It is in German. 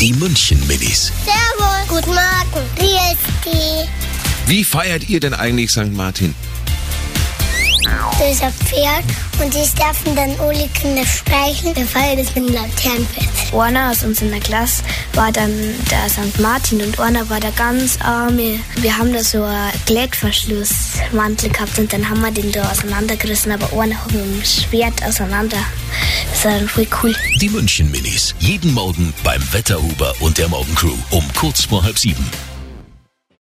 Die München Minis. Servus. Guten Morgen. Wie ist die? Wie feiert ihr denn eigentlich St. Martin? Das ist ein Pferd und die dürfen dann alle Kinder streicheln. Wir feiern das mit einem Laternenfest. Orna aus uns in der Klasse war dann der St. Martin und Orna war der ganz arme. Wir haben da so einen Klettverschlussmantel gehabt und dann haben wir den da auseinandergerissen, aber Orna hat mit dem Schwert auseinander. Das war dann voll cool. Die München Minis. Jeden Morgen beim Wetterhuber und der Morgencrew um kurz vor halb sieben.